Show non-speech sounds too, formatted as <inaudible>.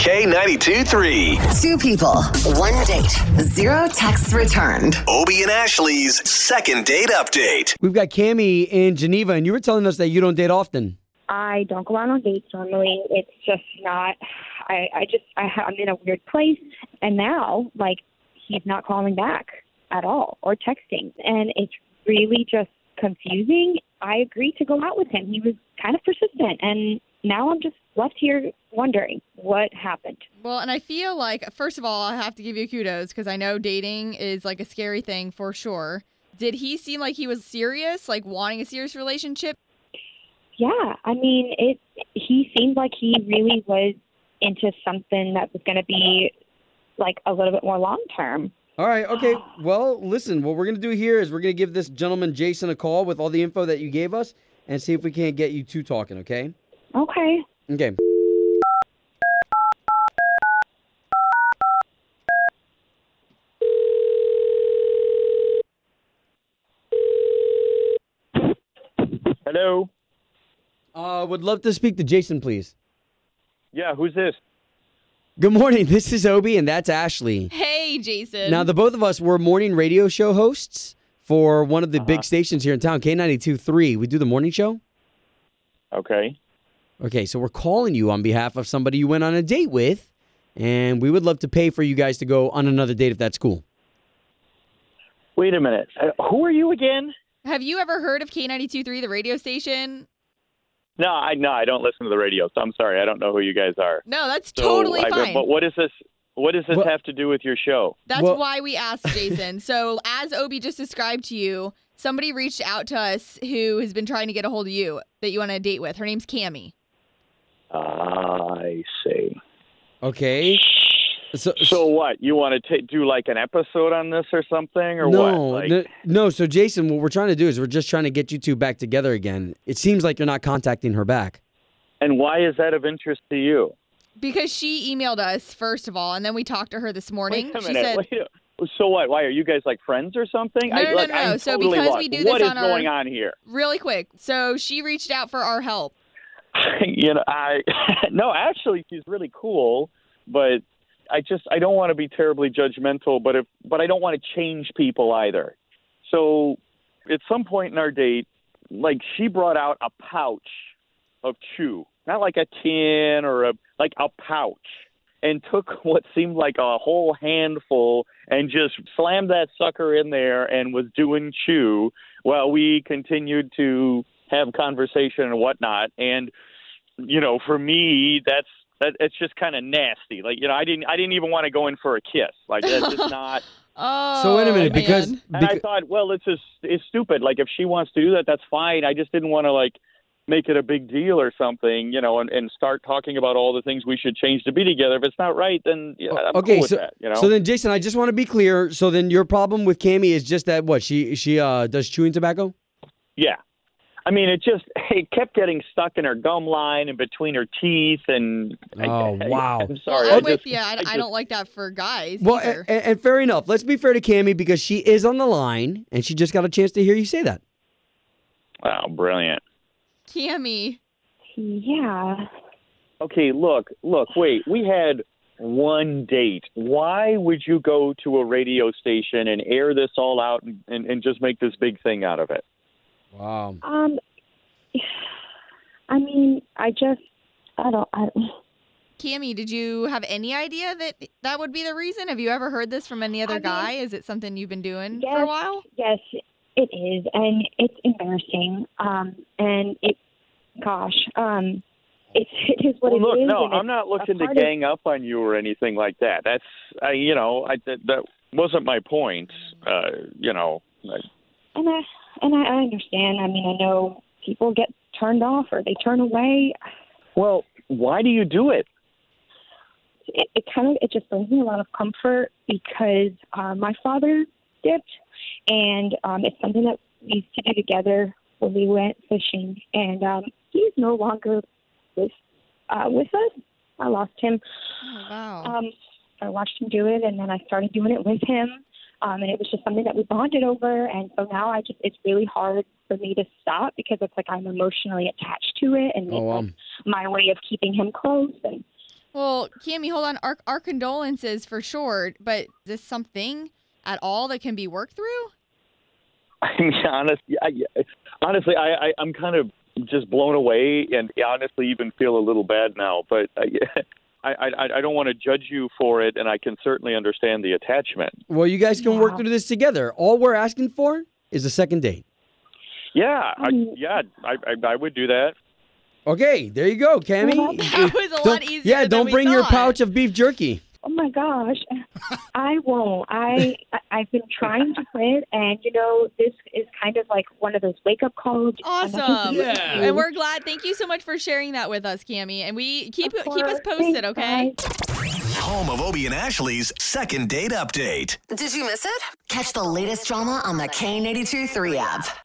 K92 3. Two people, one date, zero texts returned. Obie and Ashley's second date update. We've got Cami in Geneva, and you were telling us that you don't date often. I don't go out on dates normally. It's just not. I I just I, ha- I'm in a weird place, and now like he's not calling back at all or texting, and it's really just confusing. I agreed to go out with him. He was kind of persistent, and now I'm just left here wondering what happened. Well, and I feel like, first of all, I have to give you kudos because I know dating is like a scary thing for sure. Did he seem like he was serious, like wanting a serious relationship? Yeah, I mean, it. He seemed like he really was into something that was going to be like a little bit more long term. All right, okay. Well, listen, what we're going to do here is we're going to give this gentleman, Jason, a call with all the info that you gave us and see if we can't get you two talking, okay? Okay. Okay. Hello. Uh, would love to speak to Jason, please. Yeah, who's this? Good morning. <laughs> This is Obie, and that's Ashley. Hey, Jason. Now, the both of us were morning radio show hosts for one of the big stations here in town, K92 3. We do the morning show. Okay. Okay, so we're calling you on behalf of somebody you went on a date with, and we would love to pay for you guys to go on another date if that's cool. Wait a minute. Uh, who are you again? have you ever heard of K92.3, the radio station? No, I no, I don't listen to the radio, so I'm sorry. I don't know who you guys are. No, that's So, totally I- fine. But what is this? What does this Well- have to do with your show? That's Well- why we asked Jason. so, as Obi just described to you, somebody reached out to us who has been trying to get a hold of you that you want to date with. Her name's Cammy. I see. Okay. So, So what? You want to ta do like an episode on this or something, or what? no, Like, no, no. So, Jason, what we're trying to do is we're just trying to get you two back together again. It seems like you're not contacting her back. And why is that of interest to you? Because she emailed us first of all, and then we talked to her this morning. Wait a she minute. said, wait a- so what? Why are you guys like friends or something? No, I, no, no, look, no, I'm no. So totally because lost. we do this What is on our- going on here? really quick. So she reached out for our help. <laughs> you know, I no, actually, she's really cool, but I just I don't want to be terribly judgmental, but if but I don't want to change people either. So, at some point in our date, like she brought out a pouch of chew, not like a tin or a like a pouch, and took <laughs> what seemed like a whole handful and just slammed that sucker in there and was doing chew while we continued to have conversation and whatnot. And you know, for me, that's that, it's just kind of nasty. Like you know, I didn't I didn't even want to go in for a kiss. Like that's <laughs> just not. Oh, so, wait a minute, man. because, And I becau- thought, well, it's just it's stupid. Like if she wants to do that, that's fine. I just didn't want to like make it a big deal or something, you know, and, and start talking about all the things we should change to be together. If it's not right, then yeah, I'm okay, cool with so that. You know, so then, Jason, I just want to be clear. So then, your problem with Cami is just that what she she uh, does chewing tobacco. yeah. I mean, it just <laughs> it kept getting stuck in her gum line and between her teeth, and I- Oh, I, wow. I'm Well, sorry, I'm I with just, you. I, I just- don't like that for guys. Well, eh, either. and, and fair enough. Let's be fair to Cami because she is on the line, and she just got a chance to hear you say that. wow, brilliant. Cammy. Yeah. okay, look, look, wait, we had one date. Why would you go to a radio station and air this all out and, and, and just make this big thing out of it? Wow. Um, I mean, I just, I don't, I, Cammy, did you have any idea that that would be the reason? Have you ever heard this from any other I mean, guy? Is it something you've been doing for a yes. while? yes, it is, and it's embarrassing. Um, and it, gosh, um, it's <laughs> it is what Well, it look, is, no, and I'm not looking to part of- gang up on you or anything like that. That's, I, you know, I, that, that wasn't my point. Uh, you know, like, And I and I, I understand. I mean, I know people get turned off or they turn away. well, why do you do it? it, it kind of it just brings me a lot of comfort because uh, my father dipped, and um, it's something that we used to do together when we went fishing. And um, he's no longer with uh, with us. I lost him. Oh, wow. Um, I watched him do it, and then I started doing it with him. Um, and it was just something that we bonded over. And so now I just, it's really hard for me to stop because it's like I'm emotionally attached to it. And Oh, it's um. like my way of keeping him close. And Well, Cami, hold on. Our, our condolences for sure, but is this something at all that can be worked through? <laughs> <laughs> I mean, honest, I, honestly, I, I, I'm kind of just blown away, and honestly, even feel a little bad now. But I, <laughs> I, I, I don't want to judge you for it, and I can certainly understand the attachment. Well, you guys can work Yeah. through this together. All we're asking for is a second date. Yeah, I, Mm. yeah, I, I, I would do that. Okay, there you go, Cammy. Well, That was a lot Don't- easier. Yeah, than don't we bring your thought. pouch of beef jerky. oh my gosh, I won't. I, I I've been trying to quit, and you know this is kind of like one of those wake up calls. I'm like, Awesome. "This is Yeah. you." And we're glad. Thank you so much for sharing that with us, Cami. And we keep Of keep us course. posted, Thanks, okay? guys. Home of Obie and Ashley's second date update. Did you miss it? Catch the latest drama on the K82 3 app.